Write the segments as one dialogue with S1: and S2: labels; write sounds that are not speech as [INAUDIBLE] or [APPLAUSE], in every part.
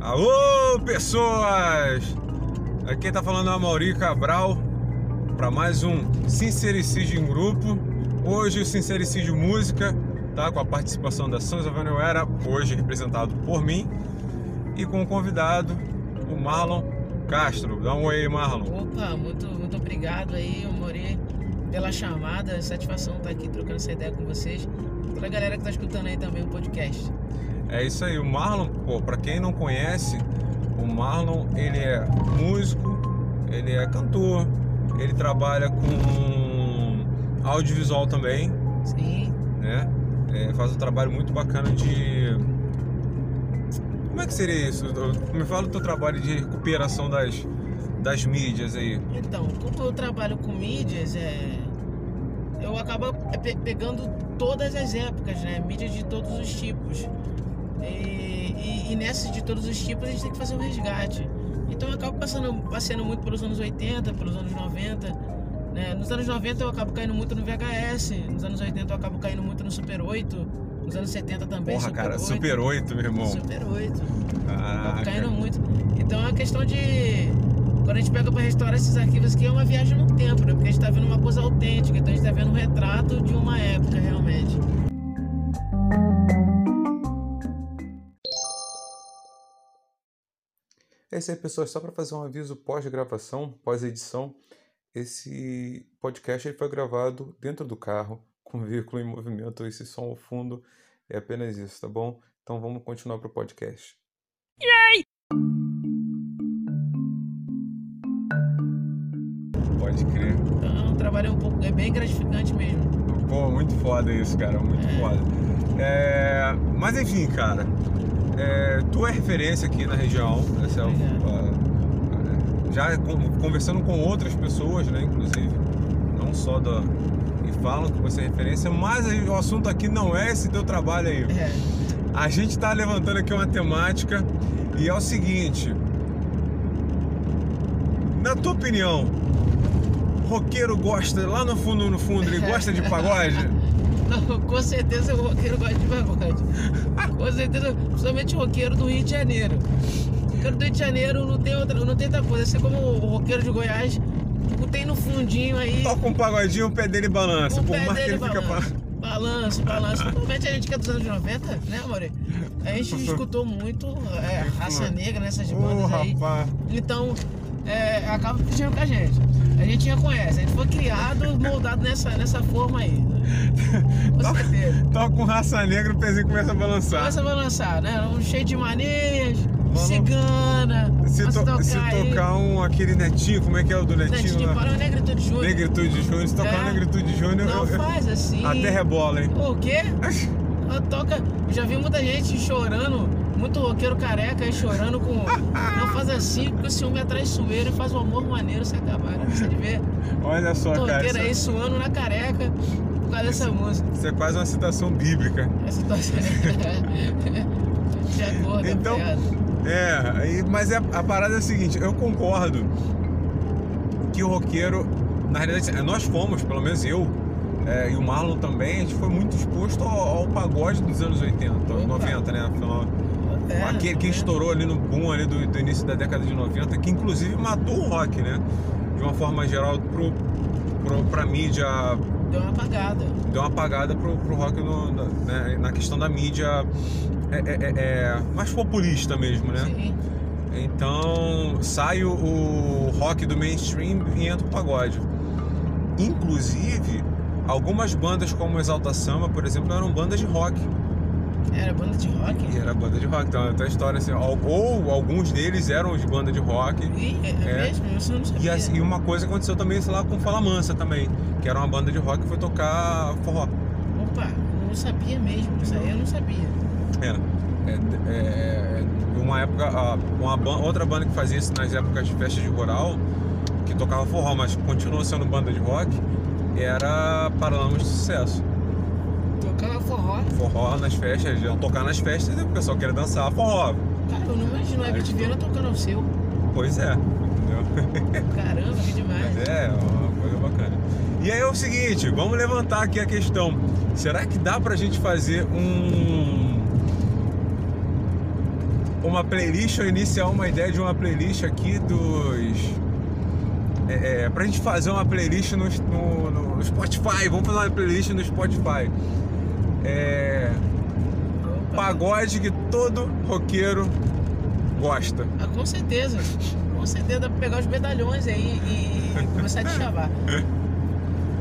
S1: Alô, pessoas! Aqui quem tá falando é o Mauri Cabral para mais um Sincericídio em Grupo. Hoje o Sincericídio Música, tá? Com a participação da São Era, hoje representado por mim, e com o convidado, o Marlon Castro. Dá um oi aí, Marlon.
S2: Opa, muito, muito obrigado aí, Mori, pela chamada. é Satisfação estar aqui trocando essa ideia com vocês. Toda a galera que tá escutando aí também o podcast.
S1: É isso aí, o Marlon, pô, pra quem não conhece, o Marlon, ele é músico, ele é cantor, ele trabalha com audiovisual também,
S2: Sim.
S1: né? É, faz um trabalho muito bacana de... Como é que seria isso? Eu- Me fala do teu trabalho de recuperação das, das mídias aí.
S2: Então, como eu trabalho com mídias, é... eu acabo pe- pegando todas as épocas, né? Mídias de todos os tipos. E, e, e nessas de todos os tipos a gente tem que fazer um resgate. Então eu acabo passando, passeando muito pelos anos 80, pelos anos 90. né? Nos anos 90 eu acabo caindo muito no VHS, nos anos 80 eu acabo caindo muito no Super 8, nos anos 70 também.
S1: Porra, cara, Super 8, meu irmão.
S2: Super 8. Acaba
S1: Caraca.
S2: caindo Tá muito. Então é uma questão de. Quando a gente pega pra restaurar esses arquivos aqui, é uma viagem no tempo, né? Porque a gente tá vendo uma coisa autêntica, então a gente tá vendo um retrato de uma época realmente.
S1: É isso aí, pessoal. Só para fazer um aviso pós-gravação, pós-edição, esse podcast ele foi gravado dentro do carro, [LAUGHS] com veículo em movimento, esse som ao fundo. É apenas isso, tá bom? Então vamos continuar pro podcast. Yay! Pode crer.
S2: Então o trabalho é um pouco. é bem gratificante mesmo.
S1: Pô, muito foda isso, cara. Muito foda. É, Mas enfim, cara. É... Tu é referência aqui na região. Essa é o- a- é, Já con- conversando com outras pessoas, né? Inclusive. Não só da... E falam que você é referência. Mas aí o assunto aqui não é esse teu trabalho aí.
S2: É.
S1: A gente tá levantando aqui uma temática. E é o seguinte. Na tua opinião... Roqueiro gosta, lá no fundo, no fundo, ele gosta de pagode?
S2: Não, [LAUGHS] com certeza o roqueiro gosta de pagode. Com certeza, principalmente o roqueiro do Rio de Janeiro. O roqueiro do Rio de Janeiro não tem outra, não tem outra coisa. Assim como o roqueiro de Goiás, tipo, tem no fundinho aí.
S1: toca um pagodinho, o pé dele balança.
S2: O
S1: Por
S2: pé
S1: mais que
S2: dele
S1: ele fica pra...
S2: balança. Balanço, balanço. Principalmente a gente que é dos anos 90, né, amore? A gente escutou muito é, raça negra nessas
S1: Ô,
S2: bandas aí.
S1: rapaz.
S2: Então, é, acaba fugindo com a gente. A gente já conhece, a gente foi criado, moldado nessa, nessa forma aí. Com certeza.
S1: Toca um raça negra, o pezinho começa a balançar.
S2: Começa a balançar, né? Um cheio de manias,
S1: Malu-
S2: cigana.
S1: se,
S2: começa
S1: to-
S2: a
S1: se
S2: aí. Né,
S1: tocar um, aquele netinho, como é que é o do
S2: Netinho
S1: netinho?
S2: de
S1: lá?
S2: Pará, Negritude Júnior.
S1: Negritude Júnior. Se tocar
S2: É.
S1: Negritude Júnior, eu-
S2: Não
S1: eu-
S2: faz assim.
S1: até rebola, hein?
S2: O quê? Ela toca. eu Já vi muita gente chorando, muito roqueiro careca aí
S1: [LAUGHS]
S2: chorando com. Não faz assim, porque o ciúme é traiçoeiro e faz o amor maneiro se acabar. né? Não precisa
S1: [LAUGHS]
S2: de ver.
S1: Olha só,
S2: Tô
S1: cara.
S2: roqueiro aí
S1: Isso, é
S2: suando na careca por causa dessa música.
S1: isso é quase uma citação bíblica.
S2: Essa
S1: [LAUGHS]
S2: situação. de acordo, tá
S1: Então-
S2: piada.
S1: É, aí- mas é, a parada é a seguinte, eu concordo que o roqueiro, na realidade, assim, nós fomos, pelo menos eu, é, e o Marlon também, a gente foi muito exposto ao, ao pagode dos anos 80,
S2: Opa.
S1: 90, né? Afinal,
S2: É,
S1: aquele que
S2: né?
S1: estourou ali no boom ali do, do início da década de 90, que inclusive matou o rock, né? De uma forma geral, pro, pro, pra mídia,
S2: Deu uma apagada.
S1: deu uma apagada pro, pro rock no- na, né, na questão da mídia é, é- é- é, mais populista mesmo, né?
S2: Sim.
S1: Então sai o, o rock do mainstream e entra o pagode. Inclusive, algumas bandas como Exalta Samba, por exemplo, eram bandas de rock.
S2: Era banda de rock.
S1: E era banda de rock, então até a história assim. al- Ou alguns deles eram de banda de rock.
S2: Ih, é,
S1: É.
S2: mesmo? Isso eu não
S1: E,
S2: sabia.
S1: assim, e uma coisa aconteceu também, sei lá, com Fala Mansa também, que era uma banda de rock que foi tocar forró.
S2: Opa, eu não sabia mesmo. Isso aí eu não sabia.
S1: É, é, é, uma época, a- uma ban- outra banda que fazia isso nas épocas de festas de rural, que tocava forró, mas continuou sendo banda de rock, era Paralamas de Sucesso.
S2: Tocava forró.
S1: Forró nas festas, eles iam tocar nas festas e o pessoal queria dançar forró.
S2: Cara, Tá, eu não imagino a
S1: Aí
S2: Viviana tocando ao seu.
S1: Pois é, entendeu?
S2: Caramba, que demais.
S1: Mas é uma coisa bacana. E aí é o seguinte, vamos levantar aqui a questão. Será que dá pra gente fazer um uma playlist ou iniciar uma ideia de uma playlist aqui dos. É, é, pra gente fazer uma playlist no, no- no Spotify, vamos fazer uma playlist no Spotify. É,
S2: Opa.
S1: pagode que todo roqueiro gosta.
S2: Ah, com certeza. Com certeza, dá pra pegar os medalhões aí e, e começar a te chamar.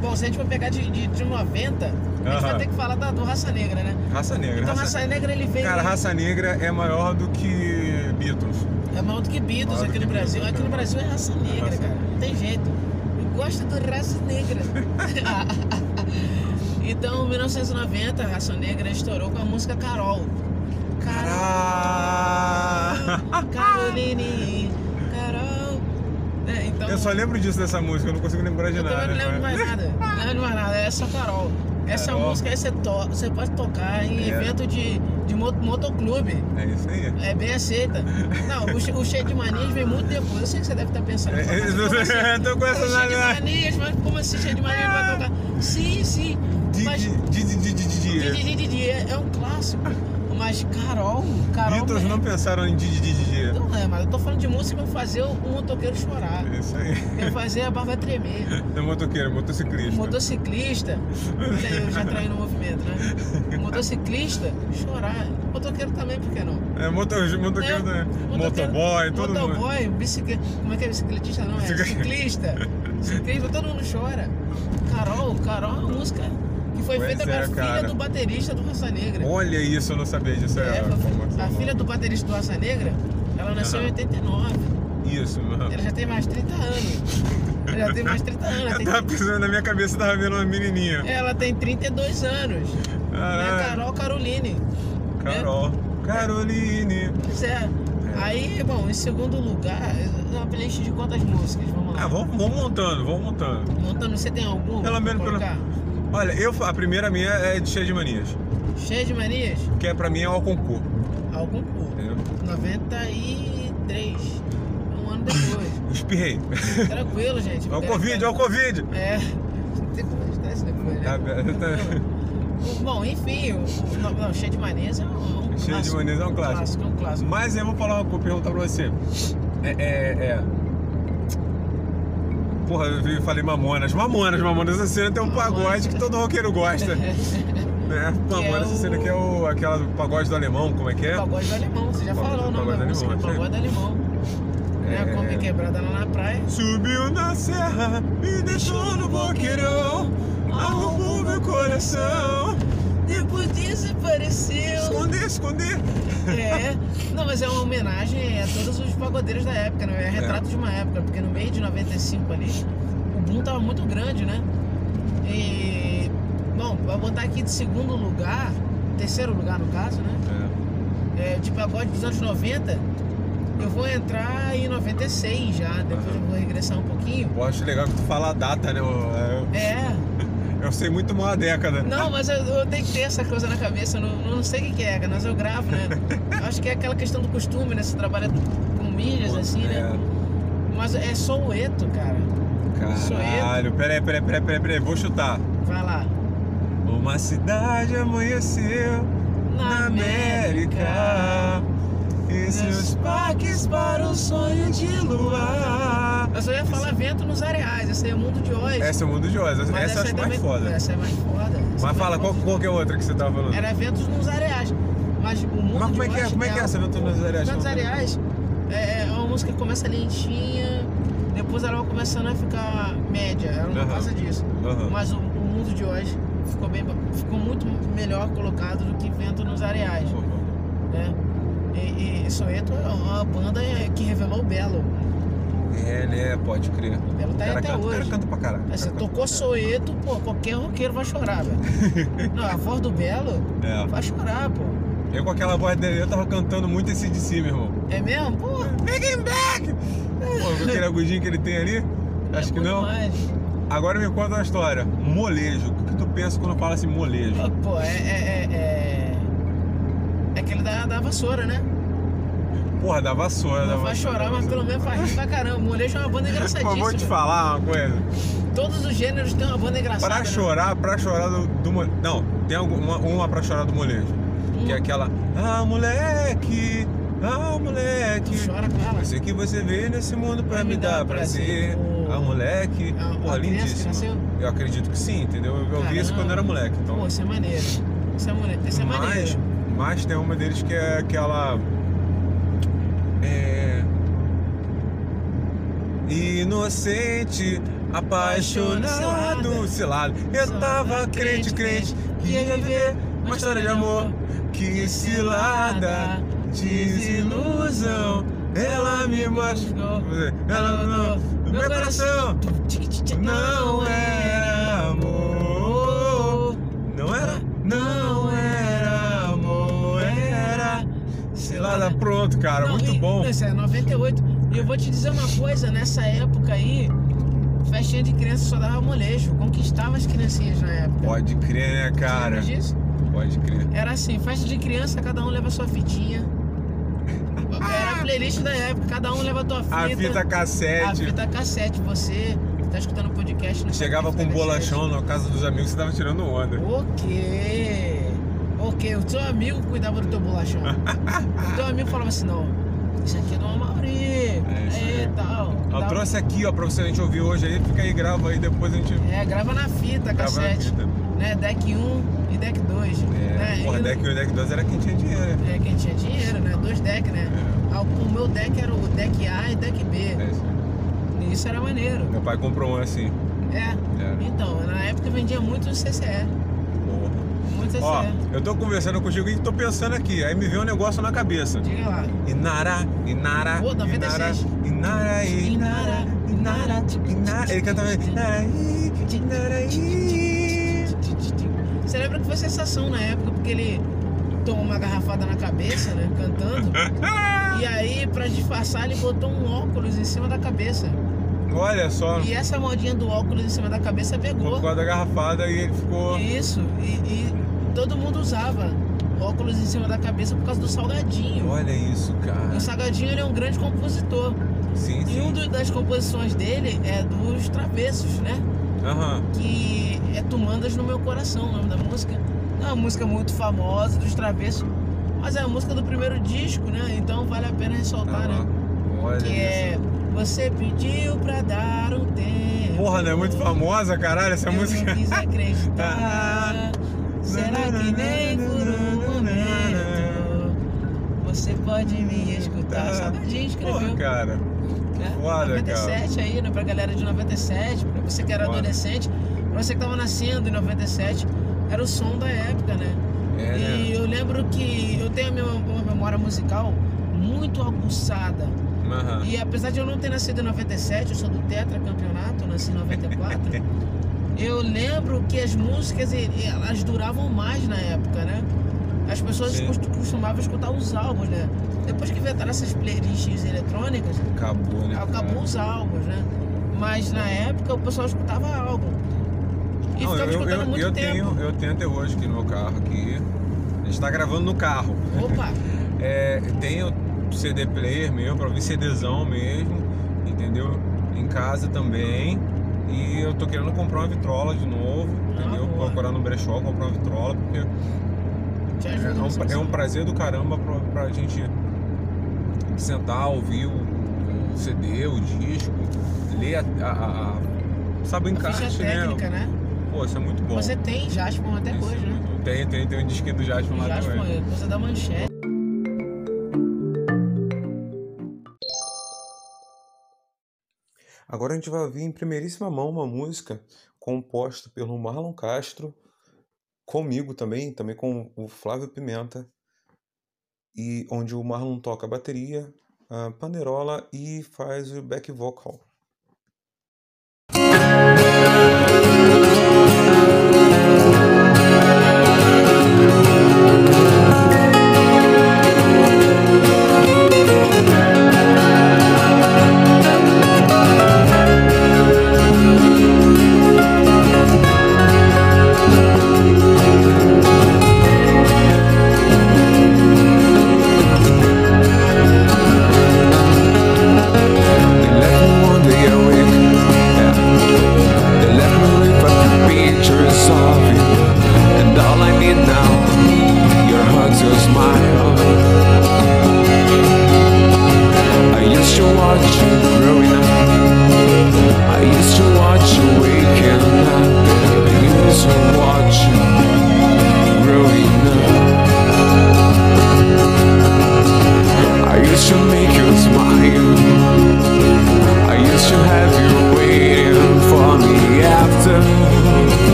S2: Bom, se a gente for pegar de, de, de 90, a gente vai
S1: Aham.
S2: ter que falar da, do Raça Negra, né?
S1: Raça negra.
S2: Então,
S1: raça...
S2: Raça Negra, ele veio...
S1: Cara, raça negra é maior do que Beatles.
S2: É maior do que Beatles
S1: Maior do
S2: aqui
S1: que
S2: no Brasil.
S1: Beatles,
S2: Aqui no
S1: cara.
S2: Brasil é raça negra,
S1: Raça
S2: cara. Não tem jeito. Eu gosto do raça
S1: [LAUGHS]
S2: negra. então, em 1990, a raça negra estourou com a música Carol. Carol,
S1: Caraca!
S2: Caroline, Carol. Né, então,
S1: Eu só lembro disso dessa música, eu não consigo lembrar de
S2: eu
S1: nada.
S2: também não lembro
S1: né?
S2: mais nada. Não lembro mais nada. É só Carol. Essa
S1: Carol.
S2: música aí você, to- você pode tocar em
S1: É.
S2: evento de, de moto- motoclube.
S1: É isso aí.
S2: É bem aceita. Não, o, che- o cheio de manias vem muito depois. Eu sei que você deve estar pensando.
S1: É,
S2: "Pô, mas
S1: eu tô-
S2: como assim?
S1: eu tô com
S2: É
S1: essa
S2: cheio de
S1: mania."
S2: manias, mas como assim cheio de manias vai tocar? Sim, sim.
S1: Di-
S2: Mas
S1: di- di- di- di- di- di-
S2: Didi Didi é é um clássico. Mas Carol, Carol.
S1: Beatles não pensaram em Didi Didi Didi.
S2: Não é, mas eu tô falando de música pra fazer o o motoqueiro chorar.
S1: É isso aí. [LAUGHS]
S2: Eu fazer a barba tremer.
S1: Não é motoqueiro, é motociclista.
S2: Motociclista. Olha aí, eu já traí no movimento, né? Motociclista, chorar. Motoqueiro também, por que não?
S1: É moto, motoqueiro também.
S2: Né?
S1: Motoboy, todo mundo.
S2: Motoboy, bicicleta. Como é que é bicicletista? Não, é
S1: Bicicleta.
S2: ciclista. Ciclista, todo mundo chora. Carol, Carol é uma música que foi
S1: Pois
S2: feita pela
S1: é, cara.
S2: filha do baterista do Raça Negra.
S1: Olha isso, eu não sabia disso.
S2: É,
S1: É,
S2: foi-
S1: informação
S2: a
S1: nova.
S2: filha do baterista do Raça Negra, ela nasceu em
S1: Aham.
S2: 89.
S1: Isso, mano.
S2: Ela já tem mais 30 anos. Ela já tem mais 30 anos.
S1: [LAUGHS]
S2: Ela
S1: Eu
S2: tem,
S1: tava pensando na minha cabeça, eu tava vendo uma menininha.
S2: ela tem 32 anos. É
S1: Caralho.
S2: Carol Caroline. né?
S1: Carol. Caroline.
S2: Pois é. Aí, bom, em segundo lugar, é uma playlist de quantas músicas? Vamos lá.
S1: Ah, vamos, vamos montando, vamos montando.
S2: Montando, você tem algum?
S1: Pelo menos pelo- Olha, eu, a primeira minha é de cheia de manias.
S2: Cheio de manias?
S1: Que é pra mim é o concurso.
S2: Algum cu.
S1: Entendeu?
S2: 93. Um ano depois.
S1: [COUGHS] Espirrei. [LAUGHS]
S2: Tranquilo, gente.
S1: É o Covid, é o Covid.
S2: É. [LAUGHS] Não tem como editar isso depois, né?
S1: Tá, tá.
S2: Tranquilo. Bom, enfim, o, o- não, não, cheio de manias é um, um
S1: Cheio de
S2: clássico.
S1: manias é um clássico.
S2: É um clássico.
S1: Mas eu vou falar uma coisa, perguntar pra você. É, é, é. Porra, eu vi- falei Mamonas. Mamonas, Mamonas Assassina tem um pagode que todo roqueiro gosta.
S2: [LAUGHS]
S1: Né? Mamonas Assassina que é o, aquela do pagode do alemão, como é que é?
S2: Pagode do alemão, você já
S1: Pagode-
S2: falou o nome
S1: pagode
S2: da
S1: do
S2: música,
S1: alemão,
S2: pagode do alemão.
S1: É.
S2: Né? Come quebrada lá na praia.
S1: Subiu na serra, me deixou no boqueirão, arrumou meu coração.
S2: Depois desapareceu.
S1: Esconder, esconder.
S2: É, não, mas é uma homenagem a todos os pagodeiros da época, né? É retrato de uma época, porque no meio de 95 ali, o boom tava muito grande, né? E. Bom, vou botar aqui de segundo lugar, terceiro lugar no caso, né? É, de pagode dos anos 90, eu vou entrar em 96 já, depois
S1: Aham.
S2: eu vou regressar um pouquinho.
S1: Pô, acho legal que tu fala a data, né? Eu,
S2: É,
S1: eu- eu sei muito mal a década.
S2: não, mas eu, eu tenho que ter essa coisa na cabeça, eu não, eu não sei o que, que é, mas eu gravo, né? Acho que é aquela questão do costume, né? Você trabalha com milhas, assim, né? Mas é Soueto, cara.
S1: É, caralho, peraí, peraí, peraí, peraí, peraí, vou chutar.
S2: Vai lá.
S1: Uma cidade amanheceu na América e seus parques para o sonho de luar.
S2: Eu só ia falar vento nos areais, esse aí é mundo de hoje.
S1: Essa é o mundo de Oz, essa, essa eu acho mais foda.
S2: Essa é mais foda. Essa é
S1: Mas fala,
S2: mais
S1: qual,
S2: foda.
S1: qual que é a outra que você tava falando?
S2: Era ventos nos areais. Mas o mundo
S1: Mas como
S2: de
S1: é que é?
S2: hoje
S1: Como é que é essa Ventos nos Areais?
S2: Ventos nos areais é, é uma música que começa lentinha, depois ela vai começando a ficar média. Ela não
S1: Aham.
S2: passa disso.
S1: Aham.
S2: Mas o, o mundo de hoje ficou, bem, ficou muito melhor colocado do que vento nos areais. né? E, e Soeto é uma banda que revelou o Belo.
S1: É, né? Pode crer.
S2: O Belo tá aí
S1: cara
S2: até
S1: canta, o
S2: hoje.
S1: cara canta pra caralho.
S2: Aí
S1: O
S2: Você
S1: cara
S2: tocou Soeto, pô, qualquer roqueiro vai chorar, velho.
S1: [LAUGHS]
S2: Não, a voz do Belo
S1: canta-
S2: vai chorar, pô.
S1: É. Eu com aquela voz dele, eu tava cantando muito esse de si, meu irmão.
S2: É mesmo? Pô,
S1: Big in Black! Pô, com aquele agudinho que ele tem ali? Acho
S2: é
S1: que
S2: bom
S1: não.
S2: demais.
S1: Agora me conta uma história. Molejo. O que tu pensa quando fala assim molejo?
S2: Pô, é. É, é, é... é aquele da, da vassoura, né?
S1: Porra, da vassoura. da
S2: Não vai
S1: vassoura,
S2: chorar,
S1: da
S2: mas pelo menos faz rir pra caramba. O Molejo é uma
S1: [LAUGHS]
S2: banda
S1: Pô, vou te
S2: engraçadíssima.
S1: falar uma coisa.
S2: Todos os gêneros têm uma banda engraçada.
S1: Pra
S2: né?
S1: chorar, pra chorar do, do mo- Não, tem alguma, uma pra chorar do molejo. Que é aquela. Ah, é moleque, Ah, moleque.
S2: Tu chora com ela.
S1: Eu sei é que você veio nesse mundo pra me dar prazer.
S2: Pô.
S1: Ah, moleque.
S2: Ah,
S1: Porra,
S2: a criança que
S1: lindíssimo.
S2: nasceu?
S1: Eu acredito que sim, entendeu? Eu ouvi isso
S2: Caramba.
S1: quando era moleque. Então.
S2: Pô, isso é maneiro. Isso é, mane- isso é
S1: mas,
S2: maneiro.
S1: mas tem uma deles que é aquela. É. Inocente, apaixonado,
S2: Apaixonada.
S1: cilado. Eu
S2: Só
S1: tava crente, crente, que ia viver uma história de amor. Que cilada, desilusão. Ela me machucou. Ela não. Meu coração não é.
S2: é.
S1: era amor. Não era? Não era amor, era. Cilada, pronto, cara,
S2: Não,
S1: muito
S2: e-
S1: bom.
S2: Isso é 98. E eu vou te dizer uma coisa, nessa época aí, festinha de criança só dava molejo, conquistava as criancinhas na época.
S1: Pode crer, né,
S2: Tu lembra
S1: cara?
S2: disso?
S1: Pode crer.
S2: Era assim, festa de criança, cada um leva sua fitinha. Era a playlist da época, cada um leva a tua fita.
S1: A fita
S2: A
S1: cassete.
S2: fita cassete, você que tá escutando o podcast não
S1: Chegava com
S2: sabe
S1: um
S2: que fita cassete.
S1: bolachão na casa dos amigos, você tava tirando onda.
S2: Ok. Ok, o teu amigo cuidava do teu bolachão. o teu amigo falava assim, não, isso aqui é do Amauri.
S1: isso aí.
S2: É, e tal.
S1: Eu
S2: Dava-
S1: trouxe aqui, ó, pra você a gente ouvir hoje aí. Fica aí, grava aí, depois a gente
S2: É, grava na
S1: grava
S2: fita,
S1: na
S2: cassete.
S1: fita.
S2: Né? Deck 1 e deck 2. né?
S1: É, porra,
S2: E-
S1: deck 1 e deck 2 era quem tinha dinheiro, né?
S2: É, quem tinha dinheiro, né? Dois decks, né? Ah, O meu deck era o deck A e deck B.
S1: É isso.
S2: E Isso era maneiro.
S1: Meu pai comprou um assim.
S2: É.
S1: É,
S2: Então, na época vendia muito CCE.
S1: porra.
S2: Muito CCE.
S1: Ó, eu tô conversando contigo e tô pensando aqui. Aí me veio um negócio na cabeça.
S2: Diga lá.
S1: Inara, Inara,
S2: Pô, tá
S1: Inara,
S2: 96.
S1: Inara, Inara, Inara, Inara. Ele cantava Inara, Inara,
S2: Você lembra que foi sensação na época, porque ele tomou uma garrafada na cabeça, né? Cantando. E aí, pra disfarçar, ele botou um óculos em cima da cabeça.
S1: Olha só,
S2: E essa modinha do óculos em cima da cabeça pegou.
S1: por causa da garrafada e ele ficou.
S2: Isso, e, e todo mundo usava óculos em cima da cabeça por causa do Salgadinho.
S1: Olha isso,
S2: E
S1: cara.
S2: O Salgadinho ele é um grande compositor.
S1: Sim,
S2: E
S1: sim.
S2: uma das composições dele é dos Travessos, né?
S1: Aham.
S2: Que é Tu Mandas no Meu Coração, o nome da música. É uma música muito famosa dos Travessos, mas é a música do primeiro disco, né? Então vale a pena ressaltar,
S1: Tá
S2: né?
S1: lá. Olha
S2: Que
S1: isso.
S2: é Você pediu pra dar um tempo.
S1: Porra, não é muito famosa, caralho, essa
S2: Eu
S1: música.
S2: não
S1: [LAUGHS]
S2: quis acreditar. Será que nem por um
S1: [LAUGHS]
S2: momento você pode me escutar? Salgadinho
S1: Tá. Porra,
S2: escreveu.
S1: cara.
S2: né?
S1: foda,
S2: 97 aí, né? Pra galera de 97, pra você que era
S1: Foda.
S2: adolescente, pra você que tava nascendo em 97, era o som da época, né?
S1: É, né?
S2: E eu lembro que eu tenho a minha- uma memória musical muito aguçada.
S1: Aham.
S2: E apesar de eu não ter nascido em 97, eu sou do tetracampeonato, eu nasci
S1: [LAUGHS]
S2: em 94. eu lembro que as músicas e- e elas duravam mais na época, né? As pessoas
S1: Sim.
S2: costu- costumavam escutar os álbuns, né? Depois que inventaram essas playlists eletrônicas,
S1: Acabou, né? cara?
S2: acabou os álbuns, né? Mas na época o pessoal escutava álbum. E
S1: Não, eu,
S2: ficava escutando
S1: eu-
S2: muito
S1: eu
S2: tempo.
S1: Tenho, eu tenho até hoje aqui no meu carro aqui. A gente tá gravando no carro.
S2: Opa,
S1: É, tenho CD player mesmo, pra ouvir CDzão mesmo, entendeu? Em casa também. E eu tô querendo comprar uma vitrola de novo,
S2: Ah,
S1: entendeu?
S2: boa.
S1: Procurar no brechó, comprar uma vitrola, porque
S2: te
S1: é
S2: ajuda. assim.
S1: um,
S2: nessa
S1: é um
S2: missão.
S1: prazer do caramba pra, pra gente sentar, ouvir o, o CD, o disco, ler a. a, a- a- sabe o
S2: A ficha
S1: encaixe, né?
S2: técnica, né?
S1: Pô, isso é muito bom.
S2: Você tem Jaspion até
S1: Isso. é
S2: hoje, né?
S1: Tem, tem, tem um disquinho do Jasper lá
S2: Jaspion
S1: também.
S2: é coisa da manchete.
S1: Agora a gente vai ouvir em primeiríssima mão uma música composta pelo Marlon Castro, comigo também, também com o Flávio Pimenta, e onde o Marlon toca a bateria, a panderola e faz o back vocal. Ele é um homem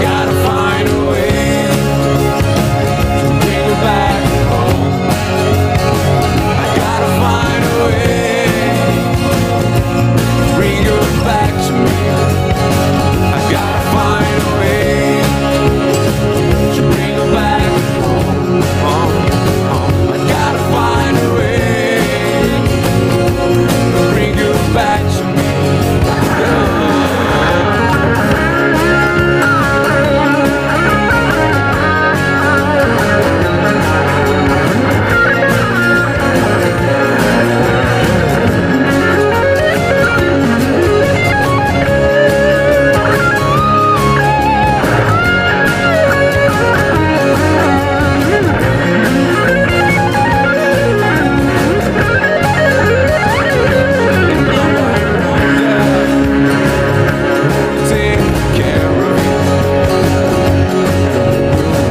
S3: Gotta find a way to bring you back home. I gotta find a way to bring you back to me. I gotta find a way to bring you back home. home, home. I gotta find a way to bring you back to me. Take care of you.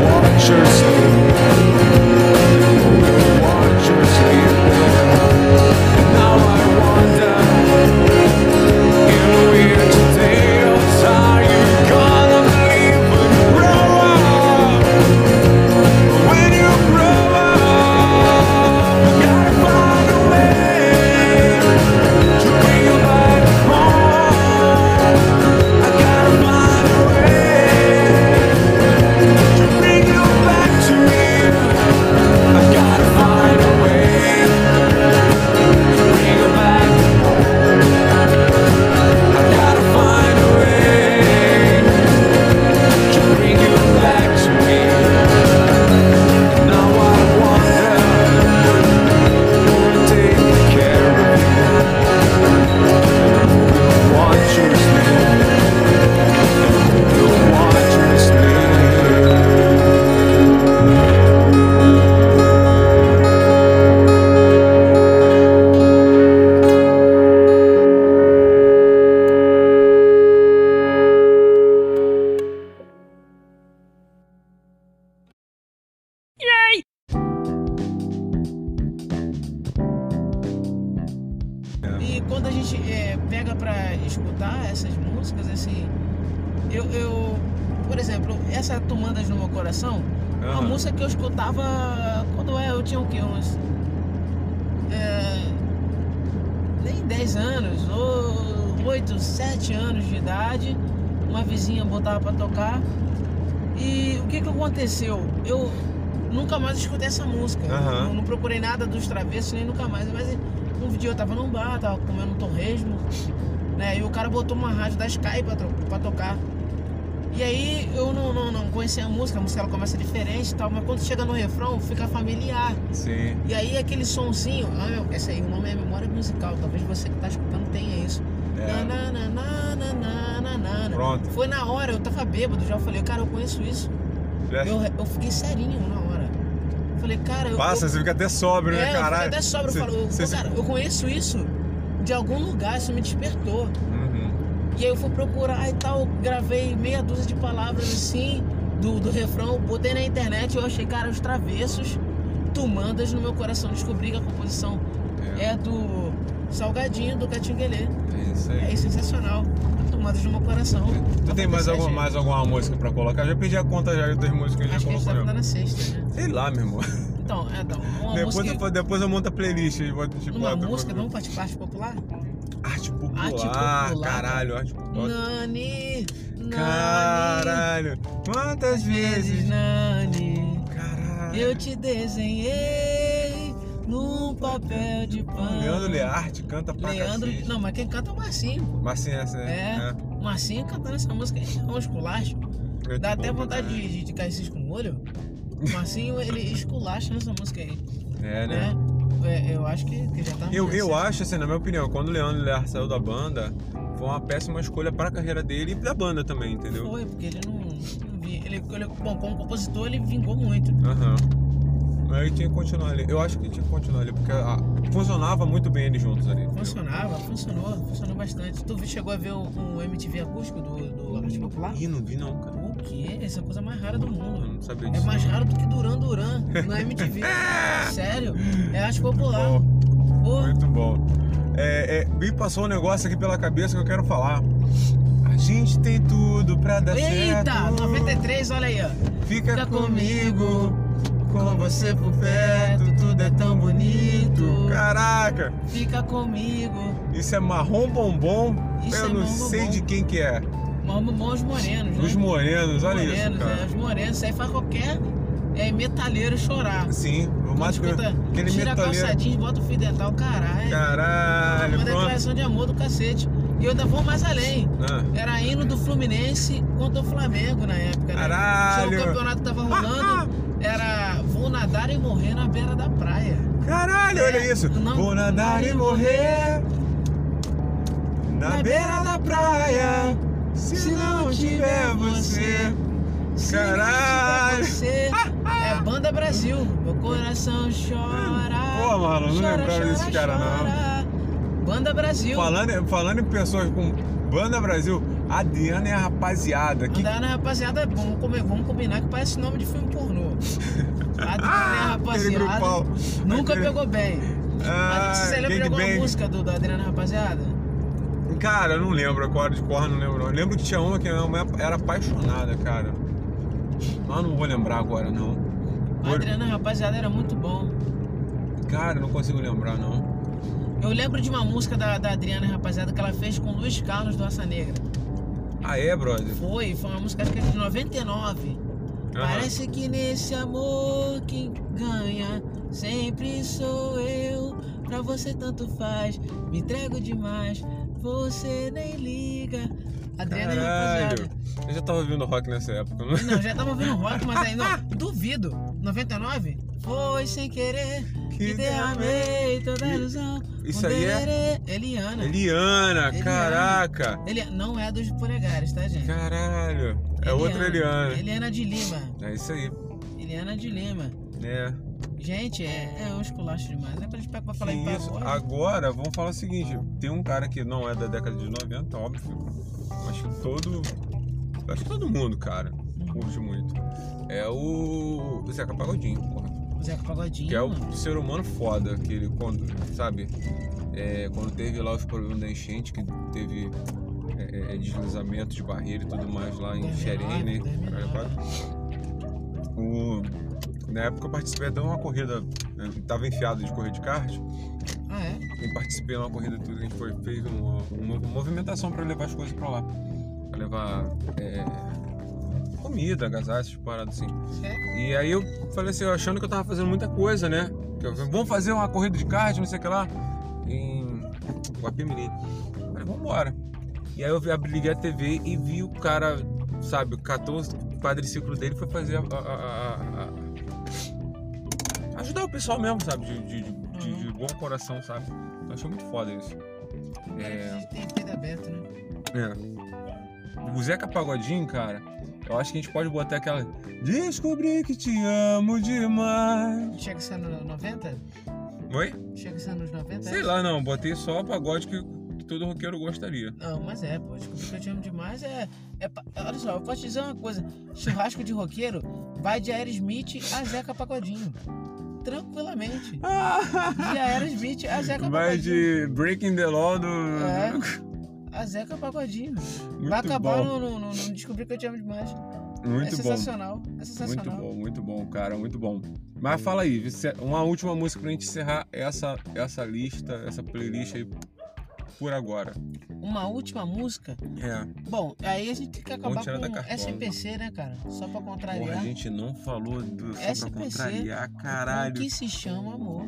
S3: Watch your sleep. Watch your sleep. And now I wonder, in weird tales, are you gonna believe when you grow up? When you grow up, you gotta find a way to bring you back home. I gotta find a way to bring you back to me. I gotta find a way to bring you back home. I gotta find a way to bring you back to me. Now I wonder who will take care of you, watch you sleep. You'll watch you sleep.
S2: E quando a gente é, pega pra escutar essas músicas, assim, eu, eu- por exemplo, essa Tomandas no Meu Coração, é uma
S1: Aham.
S2: música que eu escutava quando eu tinha o quê? Uns. é, nem 10 anos, ou 8, 7 anos de idade. Uma vizinha botava pra tocar. E o que que aconteceu? Eu nunca mais escutei essa música.
S1: Aham.
S2: Eu não procurei nada dos travessos, nem nunca mais. Mas um dia eu tava num bar, tava comendo um torresmo, né? E o cara botou uma rádio da Sky pra, tro- pra tocar. E aí eu não, não, não conhecia a música, a música ela começa diferente e tal, mas quando chega no refrão fica familiar.
S1: Sim.
S2: E aí aquele sonzinho, ah, meu, esse aí o nome é memória musical, talvez você que tá escutando tenha isso.
S1: É.
S2: Na, na, na, na, na, na, na, na.
S1: Pronto.
S2: Foi na hora, eu tava bêbado, já falei, cara, eu conheço isso.
S1: Já
S2: Eu, eu fiquei serinho na hora. Falei, cara, eu.
S1: Passa,
S2: eu,
S1: você fica até sóbrio,
S2: é,
S1: né,
S2: eu
S1: caralho?
S2: fiquei até sobra, eu
S1: Você-
S2: falo, eu-
S1: você-
S2: cara, eu conheço isso de algum lugar, isso me despertou.
S1: Uhum.
S2: E aí eu fui procurar e tal, gravei meia dúzia de palavras assim, do, do refrão, botei na internet e eu achei, cara, os travessos, tu mandas no meu coração. Descobri que a composição
S1: É.
S2: é do Salgadinho, do Catinguelê.
S1: É isso aí.
S2: É sensacional. Tu mandas no meu coração.
S1: Tu tem mais alguma, mais alguma música pra colocar? Já pedi a conta já das músicas que a gente
S2: Acho que a gente
S1: já colocou.
S2: deve
S1: né?
S2: dar na sexta, né?
S1: Sei lá, meu irmão.
S2: Então, é, então, uma
S1: Depois,
S2: música...
S1: eu, depois eu monto a playlist e boto tipo.
S2: Uma
S1: ah, tá-
S2: música, vamos partir parte popular?
S1: Arte popular,
S2: Arte popular.
S1: caralho, arte popular.
S2: Nani, Nani,
S1: Caralho. Quantas
S2: vezes
S1: vezes?
S2: Nani.
S1: Caralho.
S2: Eu te desenhei num papel de pano.
S1: Leandro Learte canta pra
S2: Leandro-
S1: cacete.
S2: não, mas quem canta é o Marcinho.
S1: Mas sim, essa
S2: É.
S1: é.
S2: Marcinho cantando essa música é um esculacho.
S1: é.
S2: Dá até
S1: Bom pra
S2: vontade
S1: caralho.
S2: de, de cair cisco
S1: [LAUGHS]
S2: no olho. O Marcinho, ele esculacha nessa música aí.
S1: É, né?
S2: Né? É, eu acho que, que já tá.
S1: Eu, eu
S2: merecendo.
S1: acho, assim, na minha opinião, quando o Leandro Learte saiu da banda, foi uma péssima escolha pra carreira dele e da banda também, entendeu?
S2: Foi, porque ele não. não vi- Ele, ele- bom, como compositor, ele vingou muito.
S1: Aham. Mas Aí tinha que continuar ali. Eu acho que tinha que continuar ali, porque ah, funcionava muito bem eles juntos ali. entendeu?
S2: Funcionava, funcionou, funcionou bastante. Tu vi- chegou a ver o, o MTV acústico do, do Arte Popular?
S1: Ih, não vi não, cara.
S2: O quê? Essa é a coisa mais rara do mundo.
S1: Eu não sabia
S2: É
S1: disso.
S2: mais raro do que Duran Duran
S1: [LAUGHS]
S2: na MTV. Sério? É arte popular.
S1: Bom,
S2: Pô,
S1: muito bom. É, é, me passou um negócio aqui pela cabeça que eu quero falar. Ah, A gente tem tudo pra dar tá certo.
S2: Eita, 93, olha aí, ó.
S1: Fica,
S2: Fica
S1: comigo,
S2: comigo,
S1: com você por perto, tudo é tão bonito. Caraca,
S2: Fica comigo.
S1: isso é marrom bombom.
S2: Isso
S1: Eu
S2: é
S1: não
S2: Marrom
S1: sei
S2: Bombom.
S1: de quem que é.
S2: Mamo bom os morenos, né?
S1: Os morenos, olha isso,
S2: morenos,
S1: cara.
S2: é, os morenos. Isso aí faz qualquer é, metaleiro chorar.
S1: Sim, o Mato Grosso.
S2: Escuta,
S1: Aquele
S2: tira a
S1: metaleiro.
S2: calçadinha, bota o fio dental, caralho.
S1: Caralho,
S2: Uma
S1: pronto.
S2: declaração de amor do cacete. E eu ainda vou mais além.
S1: Ah.
S2: Era hino do Fluminense contra o Flamengo na época, né?
S1: Caralho.
S2: Tinha um campeonato que tava rolando.
S1: [LAUGHS]
S2: Era vou nadar e morrer na beira da praia.
S1: Caralho, olha
S2: É,
S1: isso.
S2: não-
S1: Vou nadar e morrer na
S2: Na
S1: beira da praia. Se não tiver você.
S2: Se não tiver
S1: Caralho.
S2: você, É Banda Brasil. Meu coração chora.
S1: Pô, mano, não
S2: chora,
S1: lembrava
S2: chora,
S1: desse cara, não.
S2: chora. Banda Brasil.
S1: Falando, falando em pessoas com Banda Brasil, Adriana é a rapaziada. Que...
S2: Adriana, rapaziada, vamos, comer, vamos combinar que parece nome de filme
S1: [LAUGHS]
S2: pornô. Adriana,
S1: Ah, Aquele grupal.
S2: rapaziada, nunca
S1: Aquele-
S2: pegou bem.
S1: Ah,
S2: Mas você lembra
S1: Big
S2: de alguma
S1: Bang.
S2: música do, do Adriana, rapaziada?
S1: Cara, eu não lembro agora de cor, não lembro. não. Eu lembro que tinha uma que minha mãe era apaixonada, cara. Mas não vou lembrar agora, não. Por-
S2: Adriana, rapaziada, era muito bom.
S1: Cara, eu não consigo lembrar, não.
S2: Eu lembro de uma música da, da Adriana, rapaziada, que ela fez com Luiz Carlos do Raça Negra.
S1: Ah, é, brother?
S2: Foi, foi uma música acho que é de 99. Parece que nesse amor que ganha sempre sou eu. Pra você tanto faz, me entrego demais, você nem liga. Adriana e
S1: Caralho.
S2: rapaziada.
S1: Eu já tava ouvindo rock nessa época, né?
S2: Não, já tava ouvindo rock, mas aí não, duvido. 99? Foi sem querer
S1: Que
S2: que, derramei toda a ilusão.
S1: Isso
S2: Um
S1: aí é-
S2: dererê. Eliana.
S1: Eliana,
S2: Eliana.
S1: caraca.
S2: Ele não é dos polegares, tá, gente?
S1: Caralho. É outra Eliana.
S2: Eliana de Lima.
S1: É isso aí.
S2: Eliana de Lima.
S1: É.
S2: Gente, é, é um esculacho demais. Não é pra gente pegar pra falar
S1: Que
S2: em né? papo
S1: isso.
S2: agora.
S1: Agora, vamos falar o seguinte: tem um cara que não é da década de 90, óbvio, mas que todo. Acho que todo mundo, cara, curte muito. É o. o Zeca Pagodinho, porra.
S2: O Zeca Pagodinho.
S1: Que é o ser humano foda, que ele, quando, sabe? é, quando teve lá os problemas da enchente, que teve é, é, deslizamento de barreira e tudo mais lá em
S2: 2009,
S1: Xerém, né?
S2: 2009.
S1: Caralho, quatro. O- Na época eu participei de uma corrida, né, tava enfiado de corrida de kart,
S2: Ah, é?
S1: e participei de uma corrida tudo, a gente foi, fez uma, uma movimentação pra levar as coisas pra lá. Pra levar é, comida, agasalhos, parado assim.
S2: Sério?
S1: E aí eu falei assim, eu achando que eu tava fazendo muita coisa, né? Que eu falei, vamos fazer uma corrida de kart, não sei o que lá, em Guapimirim. Falei, vambora. E aí eu vi- abri- liguei a TV e vi o cara, sabe, 14, o quadriciclo dele foi fazer a. a- a- a- a- ajudar o pessoal mesmo, sabe? De, de- de- de- de bom coração, sabe? Eu achei muito foda isso.
S2: É. A gente tem peito aberto, né?
S1: É. O Zeca Pagodinho, cara, eu acho que a gente pode botar aquela. Descobri que te amo demais.
S2: Chega sendo 90?
S1: Oi?
S2: Chega sendo nos 90?
S1: Sei
S2: é?
S1: lá, não. Botei só pagode que que todo roqueiro gostaria.
S2: Não, mas é, pô. Desculpa que eu te amo demais. É, é. pa- Olha só, eu posso te dizer uma coisa. Churrasco de roqueiro vai de Aerosmith a Zeca Pagodinho. Tranquilamente.
S1: Ah!
S2: De Aerosmith a Zeca
S1: Vai
S2: Pagodinho.
S1: de Breaking the Law do.
S2: É. A Zeca Pagodinho. vai acabar
S1: bom.
S2: no, no, no, no Descobrir que eu te amo demais. é
S1: Muito bom.
S2: sensacional. É
S1: Muito
S2: sensacional.
S1: bom, muito bom, cara, muito bom. Mas fala aí, você- uma última música pra gente encerrar essa, essa lista, essa playlist aí por agora.
S2: Uma última música.
S1: É.
S2: Bom, aí a gente tem que acabar
S1: tirar da
S2: com
S1: cartola.
S2: SPC, né, cara? Só pra contrariar.
S1: Porra, a gente não falou do. Só pra
S2: SPC,
S1: contrariar,
S2: O
S1: caralho.
S2: que se chama amor,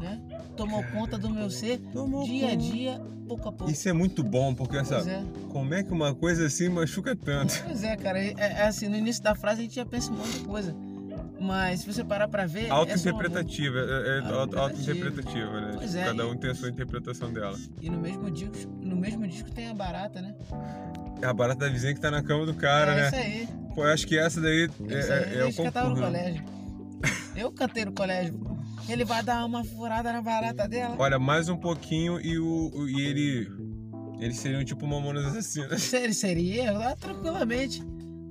S2: né? Tomou conta do meu ser
S1: Tomou
S2: dia a
S1: conta.
S2: dia, pouco a pouco.
S1: Isso é muito bom, porque essa.
S2: Pois é.
S1: Como é que uma coisa assim machuca tanto?
S2: Pois é, cara. É, é assim, no início da frase a gente já pensa em um monte de coisa. Mas se você parar pra ver. é só um amor.
S1: Auto-interpretativa, é, é auto-
S2: Auto-interpretativa.
S1: auto-interpretativa, né?
S2: Pois é,
S1: Cada
S2: e-
S1: um tem a sua interpretação dela.
S2: E no mesmo, disco, no mesmo disco tem a barata, né?
S1: É a barata da vizinha que tá na cama do cara,
S2: é
S1: né?
S2: isso aí.
S1: Pô, eu acho que essa daí é,
S2: Isso aí,
S1: é, é o
S2: desde que eu tava no
S1: concurso. né?
S2: colégio. Eu cantei no colégio. Ele vai dar uma furada na barata dela.
S1: Olha, mais um pouquinho e o. o- E ele. Eles seriam tipo mamonas assassinas.
S2: Sério, seria? Ah, tranquilamente.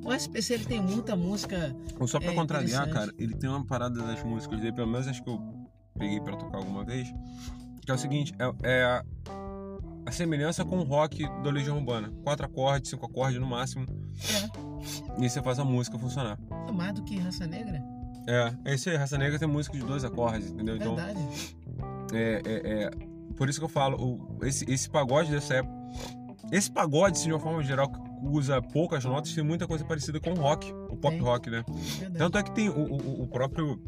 S2: O SPC ele tem muita música.
S1: Só pra
S2: É
S1: contrariar,
S2: interessante.
S1: cara, ele tem uma parada das músicas dele, pelo menos acho que eu peguei pra tocar alguma vez. Que é o seguinte, é, é a semelhança com o rock da Legião Urbana. Quatro acordes, cinco acordes no máximo. E aí você faz a música funcionar.
S2: É mais do que raça negra?
S1: É, é isso aí. Raça Negra tem música de dois acordes, entendeu? Então,
S2: Verdade.
S1: é, é, é- por isso que eu falo, o- esse, esse pagode dessa época. Esse pagode, assim, de uma forma geral, que usa poucas notas, tem muita coisa parecida com o rock, o pop
S2: Tem.
S1: rock, né?
S2: Verdade.
S1: Tanto é que tem o, o- o próprio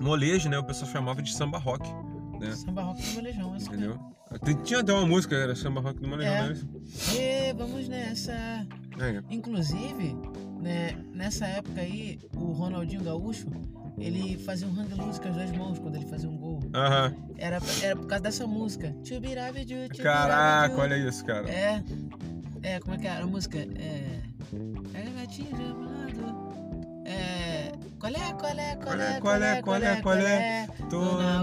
S1: molejo, né? O pessoal chamava de samba rock, né?
S2: Samba rock do molejão, é isso mesmo.
S1: Entendeu? Ah, Tem- Tinha até uma música, era samba rock do Molejão,
S2: É.
S1: né?
S2: E vamos nessa. É.
S1: Aí,
S2: Inclusive, né, nessa época aí, o Ronaldinho Gaúcho, ele fazia um hang loose com as duas mãos quando ele fazia um gol.
S1: Aham.
S2: Era, era por causa dessa música. Tchubirabidju, tchubirabidju.
S1: Caraca, olha isso, cara.
S2: É. É, como é que era a música? É. É gatinho de amado. É. Colé, colé, colé, colé, colé, colé.
S1: Tô na
S2: é, Aí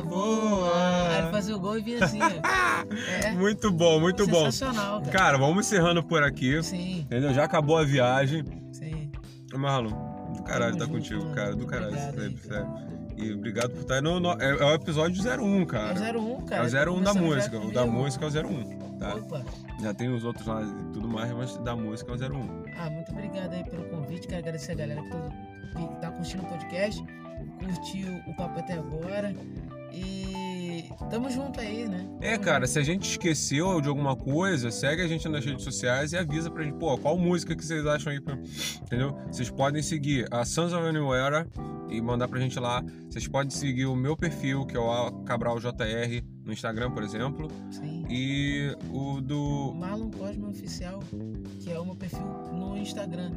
S2: ele
S1: boa.
S2: fazia o gol e vinha
S1: [LAUGHS]
S2: assim. ó. É.
S1: Muito bom, muito bom.
S2: Sensacional, cara.
S1: Cara, vamos encerrando por aqui.
S2: Sim,
S1: Entendeu? Já acabou a viagem.
S2: sim.
S1: Ô, Marlon, do caralho tá
S2: Tamo junto,
S1: contigo,
S2: mano.
S1: cara. Do
S2: Muito
S1: caralho,
S2: obrigado
S1: sério,
S2: aí,
S1: sério. E obrigado por estar. Não, não, é, é o episódio 01, cara.
S2: É o 01,
S1: É
S2: cara.
S1: o 01 da
S2: Começando já
S1: música. O da
S2: comigo.
S1: música é o 01. Tá?
S2: um Opa.
S1: Já tem os outros lá e tudo mais, mas da música é o 01.
S2: Ah, muito obrigado aí pelo convite. Quero agradecer a galera que todo- que tá curtindo o podcast, curtiu o papo até agora. E tamo junto aí, né?
S1: É,
S2: Tamo
S1: cara, se a gente esqueceu de alguma coisa, segue a gente nas redes sociais e avisa pra gente, pô, qual música que vocês acham aí, pra... entendeu? Vocês podem seguir a Sons of Anywhere e mandar pra gente lá. Vocês podem seguir o meu perfil, que é o CabralJR, no Instagram, por exemplo.
S2: junto. Sim.
S1: E o
S2: O
S1: do.
S2: Marlon Cosmo Oficial, que é o meu perfil no Instagram.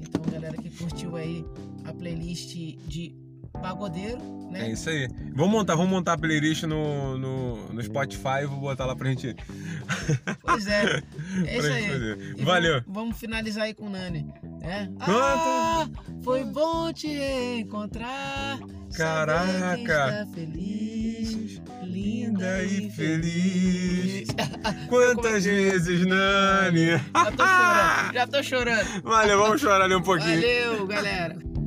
S2: Então, galera que curtiu aí a playlist de Pagodeiro,
S1: É
S2: né?
S1: isso aí. Vamos montar, vamos montar a playlist no, no, no Spotify, vou botar lá pra gente.
S2: Pois
S1: [LAUGHS]
S2: é.
S1: pra
S2: É isso
S1: gente
S2: aí.
S1: fazer.
S2: E
S1: Valeu!
S2: Vamos, vamos finalizar aí com o Nani. né? Ah,
S1: Quanto-
S2: foi bom te reencontrar. saber que
S1: Caraca.
S2: está feliz, linda e feliz. [LAUGHS]
S1: Quantas vezes, Nani? [LAUGHS]
S2: Já tô chorando, já tô chorando.
S1: Valeu, vamos chorar ali um pouquinho.
S2: Valeu, galera.